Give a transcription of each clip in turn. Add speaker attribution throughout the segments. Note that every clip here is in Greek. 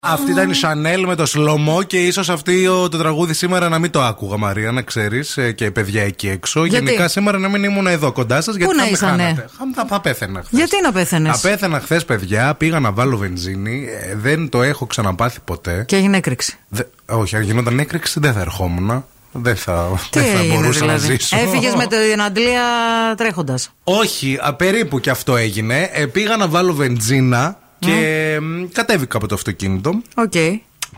Speaker 1: Αυτή ήταν η Σανέλ με το σλομό και ίσως αυτή το τραγούδι σήμερα να μην το άκουγα, Μαρία, να ξέρεις και παιδιά εκεί έξω.
Speaker 2: Γιατί?
Speaker 1: Γενικά σήμερα να μην ήμουν εδώ κοντά σας γιατί
Speaker 2: Πού
Speaker 1: θα
Speaker 2: να
Speaker 1: με
Speaker 2: ήσανε?
Speaker 1: χάνατε. Χα- Θα, θα πέθαινα χθες.
Speaker 2: Γιατί να πέθανε.
Speaker 1: Απέθανα χθες, παιδιά, πήγα να βάλω βενζίνη. ε, Δεν το έχω ξαναπάθει ποτέ.
Speaker 2: Και έγινε έκρηξη.
Speaker 1: Δε- όχι, αν γινόταν έκρηξη δεν θα ερχόμουν. Δεν θα,
Speaker 2: Τι
Speaker 1: δεν Ε, θα
Speaker 2: έγινε
Speaker 1: μπορούσα
Speaker 2: δηλαδή.
Speaker 1: να ζήσω.
Speaker 2: Έφυγες με την Αντλία τρέχοντας.
Speaker 1: Όχι, α, περίπου και αυτό έγινε. Ε, πήγα να βάλω βενζίνα και μ, κατέβηκα από το αυτοκίνητο.
Speaker 2: Οκ.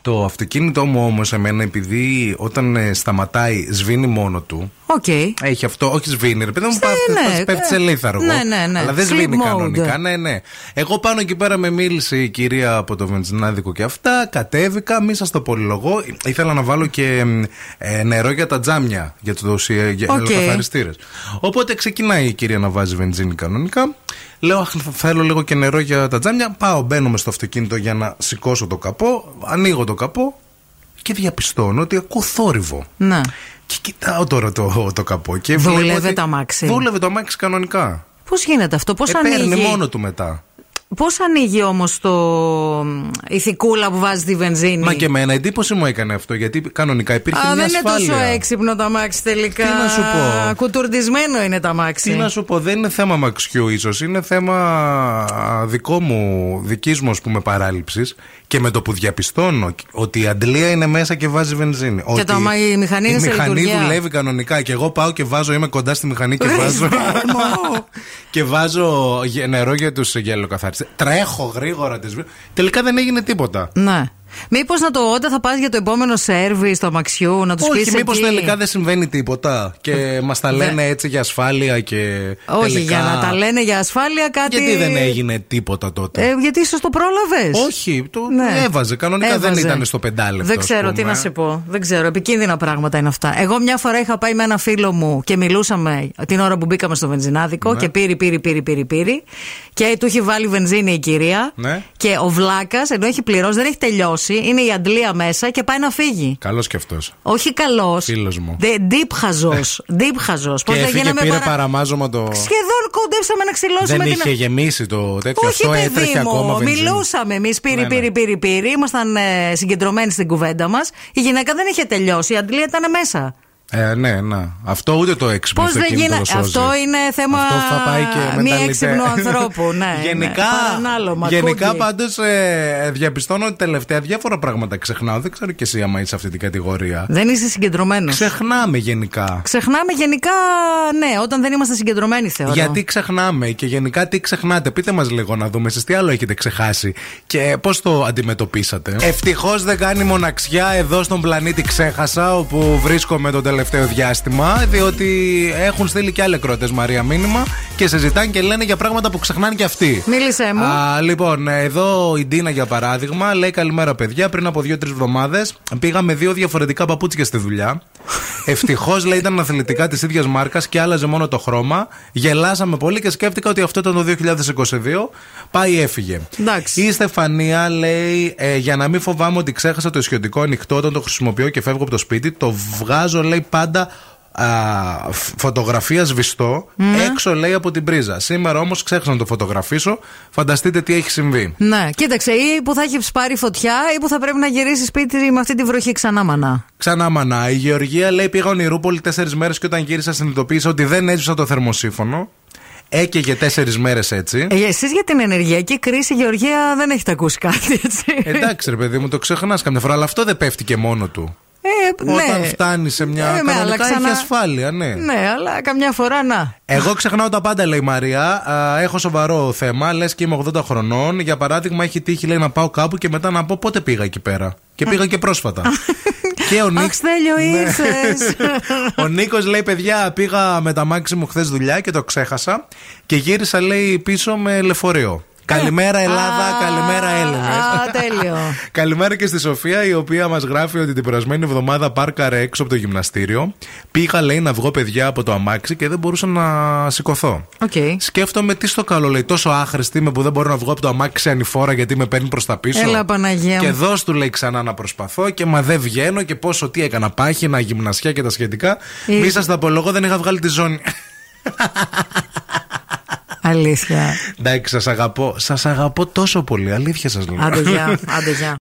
Speaker 1: Το αυτοκίνητό μου όμως, εμένα, επειδή όταν ε, σταματάει, σβήνει μόνο του.
Speaker 2: Οκ.
Speaker 1: Έχει αυτό, όχι σβήνει, ρε παιδί μου,
Speaker 2: Στα-
Speaker 1: πέφτει,
Speaker 2: ναι,
Speaker 1: πέφτει- πέφτει σε
Speaker 2: ε,
Speaker 1: λίθαργο.
Speaker 2: ναι, ναι, ναι.
Speaker 1: Αλλά δεν
Speaker 2: Sleep
Speaker 1: σβήνει
Speaker 2: mode.
Speaker 1: κανονικά. Ναι, ναι. Εγώ πάνω εκεί πέρα με μίλησε η κυρία από το βενζινάδικο και αυτά. Κατέβηκα, μη σας το πολυλογώ. Ήθελα να βάλω και μ, ε, νερό για τα τζάμια, για του
Speaker 2: Οκ.
Speaker 1: ελοκαθαριστήρε. Οπότε ξεκινάει η κυρία να βάζει βενζίνη κανονικά. Λέω, αχ, θα θέλω λίγο και νερό για τα τζάμια. Πάω, μπαίνω μες στο αυτοκίνητο για να σηκώσω το καπό. Ανοίγω το καπό και διαπιστώνω ότι ακούω θόρυβο.
Speaker 2: Να.
Speaker 1: Και κοιτάω τώρα το, το καπό. Και
Speaker 2: Δούλευε
Speaker 1: βλέπω ότι-
Speaker 2: το αμάξι.
Speaker 1: Δούλευε το αμάξι κανονικά.
Speaker 2: Πώς γίνεται αυτό, πώς
Speaker 1: ε, παίρνει
Speaker 2: ανοίγει.
Speaker 1: μόνο του μετά.
Speaker 2: Πώς ανοίγει όμως το μ, ηθικούλα που βάζεις τη βενζίνη.
Speaker 1: Μα και εμένα εντύπωση μου έκανε αυτό γιατί κανονικά υπήρχε
Speaker 2: Ναι. Α,
Speaker 1: μια
Speaker 2: δεν
Speaker 1: ασφάλεια.
Speaker 2: είναι τόσο έξυπνο τα μάξι τελικά.
Speaker 1: Τι να σου πω.
Speaker 2: Κουτουρδισμένο είναι τα μάξι.
Speaker 1: Τι να σου πω, δεν είναι θέμα μαξιού ίσως, είναι θέμα α, δικό μου, δικής μου ας πούμε παράληψης. Και με το που διαπιστώνω ότι η αντλία είναι μέσα και βάζει βενζίνη. ότι
Speaker 2: το άμα η μηχανή είναι
Speaker 1: η
Speaker 2: σε
Speaker 1: μηχανή
Speaker 2: λειτουργία.
Speaker 1: δουλεύει κανονικά και εγώ πάω και βάζω, είμαι κοντά στη μηχανή και
Speaker 2: Ρε,
Speaker 1: βάζω.
Speaker 2: Στέλμο.
Speaker 1: και βάζω γε- νερό για τους γελοκαθαριστέ. Τρέχω γρήγορα τις βι- Τελικά δεν έγινε τίποτα.
Speaker 2: Ναι. Μήπως να το όταν θα πας για το επόμενο σερβις στο αμαξιού, να τους πει.
Speaker 1: Όχι, μήπω τελικά δεν συμβαίνει τίποτα και μας τα λένε έτσι για ασφάλεια και.
Speaker 2: Όχι,
Speaker 1: τελικά-
Speaker 2: για να τα λένε για ασφάλεια κάτι.
Speaker 1: Γιατί δεν έγινε τίποτα τότε.
Speaker 2: Ε, γιατί ίσως το πρόλαβες.
Speaker 1: Όχι, το έβαζε. Κανονικά δεν ήταν στο πεντάλεπτο.
Speaker 2: Ναι. Δεν
Speaker 1: ας
Speaker 2: ξέρω τι
Speaker 1: πούμε.
Speaker 2: να σε πω. Δεν ξέρω. Επικίνδυνα πράγματα είναι αυτά. Εγώ μια φορά είχα πάει με ένα φίλο μου και μιλούσαμε την ώρα που μπήκαμε στο βενζινάδικο
Speaker 1: Ναι.
Speaker 2: και πήρε, πήρε, πήρε, πήρε, πήρε. Και του είχε βάλει βενζίνη η κυρία.
Speaker 1: Ναι.
Speaker 2: Και ο βλάκας, ενώ έχει πληρώσει, δεν έχει τελειώσει. Είναι η αντλία μέσα και πάει να φύγει.
Speaker 1: Καλός και αυτός.
Speaker 2: Όχι καλός.
Speaker 1: Φίλος μου.
Speaker 2: Ντύπχαζο. Ντύπχαζο. Πώ
Speaker 1: Και
Speaker 2: θα
Speaker 1: έφυγε,
Speaker 2: γίναμε
Speaker 1: πήρε
Speaker 2: παρα-
Speaker 1: παραμάζωμα το.
Speaker 2: Σχεδόν κοντέψαμε να
Speaker 1: Δεν
Speaker 2: ξυλώσουμε την.
Speaker 1: είχε γεμίσει το τέτοιο.
Speaker 2: Όχι,
Speaker 1: αυτό
Speaker 2: παιδί
Speaker 1: έτρεχε
Speaker 2: μου,
Speaker 1: ακόμα βενζίνη.
Speaker 2: μιλούσαμε εμείς.
Speaker 1: Ναι,
Speaker 2: Πήρη,
Speaker 1: ναι.
Speaker 2: πήρη, πήρη, πήρη. Ήμασταν ε, συγκεντρωμένοι στην κουβέντα μας. Η γυναίκα δεν είχε τελειώσει. Η αντλία ήταν μέσα.
Speaker 1: Ε, ναι, ναι. Αυτό ούτε το έξυπνο.
Speaker 2: Πώς
Speaker 1: στο
Speaker 2: δεν
Speaker 1: κινητό
Speaker 2: γίνεται.
Speaker 1: το σώζει.
Speaker 2: Αυτό είναι θέμα
Speaker 1: Αυτό θα πάει και
Speaker 2: μη
Speaker 1: μετά
Speaker 2: έξυπνου ανθρώπου. Ναι,
Speaker 1: γενικά
Speaker 2: ναι. Παρανάλωμα,
Speaker 1: γενικά
Speaker 2: κούγκι.
Speaker 1: πάντως ε, διαπιστώνω ότι τελευταία διάφορα πράγματα ξεχνάω. Δεν ξέρω και εσύ άμα είσαι αυτή την κατηγορία.
Speaker 2: Δεν είσαι συγκεντρωμένος.
Speaker 1: Ξεχνάμε γενικά.
Speaker 2: Ξεχνάμε γενικά, ναι, όταν δεν είμαστε συγκεντρωμένοι, θεωρώ.
Speaker 1: Γιατί ξεχνάμε και γενικά τι ξεχνάτε. Πείτε μας λίγο να δούμε εσείς τι άλλο έχετε ξεχάσει και πώς το αντιμετωπίσατε. Ευτυχώς δεν κάνει μοναξιά εδώ στον πλανήτη Ξέχασα, όπου βρίσκομαι το τελευταίο διάστημα, διότι έχουν στείλει και άλλοι κρότε Μαρία μήνυμα και συζητάνε και λένε για πράγματα που ξεχνάνε και αυτοί.
Speaker 2: Μίλησέ μου.
Speaker 1: Α, λοιπόν, εδώ η Ντίνα για παράδειγμα λέει καλημέρα παιδιά. Πριν από δύο-τρει εβδομάδες πήγα με δύο διαφορετικά παπούτσια στη δουλειά. Ευτυχώς λέει ήταν αθλητικά της ίδιας μάρκας και άλλαζε μόνο το χρώμα. Γελάσαμε πολύ και σκέφτηκα ότι αυτό ήταν το 2022. Πάει, έφυγε.
Speaker 2: Εντάξει.
Speaker 1: Η Στεφανία λέει: «Ε, Για να μην φοβάμαι ότι ξέχασα το ισιωτικό ανοιχτό όταν το χρησιμοποιώ και φεύγω από το σπίτι, το βγάζω λέει πάντα α, φ- φωτογραφία σβηστό έξω λέει από την πρίζα. Σήμερα όμως ξέχασα να το φωτογραφίσω. Φανταστείτε τι έχει συμβεί.
Speaker 2: Ναι, κοίταξε, ή που θα έχεις πάρει φωτιά, ή που θα πρέπει να γυρίσεις σπίτι με αυτή τη βροχή ξανά μανά.
Speaker 1: Ξανά μανά. Η Γεωργία λέει: Πήγα ονειρούπολη τέσσερις μέρες και όταν γύρισα συνειδητοποίησα ότι δεν έζησα το θερμοσύφωνο. Έκαιγε τέσσερις μέρες έτσι.
Speaker 2: Ε, Εσείς για την ενεργειακή κρίση, Γεωργία, δεν έχετε ακούσει κάτι, έτσι.
Speaker 1: Εντάξει, ρε παιδί μου, το ξεχνάς καμιά φορά, αλλά αυτό δεν πέφτει και μόνο του.
Speaker 2: Ε, ναι.
Speaker 1: Όταν φτάνει σε μια.
Speaker 2: Ε, βέβαια, αλλά
Speaker 1: κανονικά
Speaker 2: ξανά-
Speaker 1: έχει ασφάλεια, ναι.
Speaker 2: Ναι, αλλά καμιά φορά να.
Speaker 1: Εγώ ξεχνάω τα πάντα, λέει η Μαρία. Α, έχω σοβαρό θέμα. Λες και είμαι 80 χρονών. Για παράδειγμα, έχει τύχει λέει, να πάω κάπου και μετά να πω πότε πήγα εκεί πέρα. Και πήγα και πρόσφατα. και ο
Speaker 2: Αχ,
Speaker 1: Νίκ.
Speaker 2: Στέλιο, ήρθες.
Speaker 1: ο Νίκος λέει: Παιδιά, πήγα με τα μάξι μου χθες δουλειά και το ξέχασα. Και γύρισα, λέει, πίσω με λεωφορείο. Καλημέρα Ελλάδα,
Speaker 2: Ε. Α,
Speaker 1: καλημέρα Έλληνες
Speaker 2: α, τέλειο.
Speaker 1: Καλημέρα και στη Σοφία, η οποία μας γράφει ότι την περασμένη εβδομάδα πάρκαρε έξω από το γυμναστήριο. Πήγα, λέει, να βγω παιδιά από το αμάξι και δεν μπορούσα να σηκωθώ.
Speaker 2: Οκ.
Speaker 1: Σκέφτομαι τι στο καλό λέει. Τόσο άχρηστη είμαι που δεν μπορώ να βγω από το αμάξι ανηφόρα γιατί με παίρνει προς τα πίσω.
Speaker 2: Έλα, ε, Παναγία μου.
Speaker 1: Και δώσ' του λέει ξανά να προσπαθώ και μα δεν βγαίνω και πόσο τι έκανα. Πάχυνα, γυμνασιά και τα σχετικά.
Speaker 2: Ε.
Speaker 1: Μη σας τα απολογώ, δεν είχα βγάλει τη ζώνη.
Speaker 2: Αλήθεια.
Speaker 1: Εντάξει, σας αγαπώ. Σας αγαπώ τόσο πολύ. Αλήθεια σας λέω.
Speaker 2: Άντε, γεια. Άντε, γεια.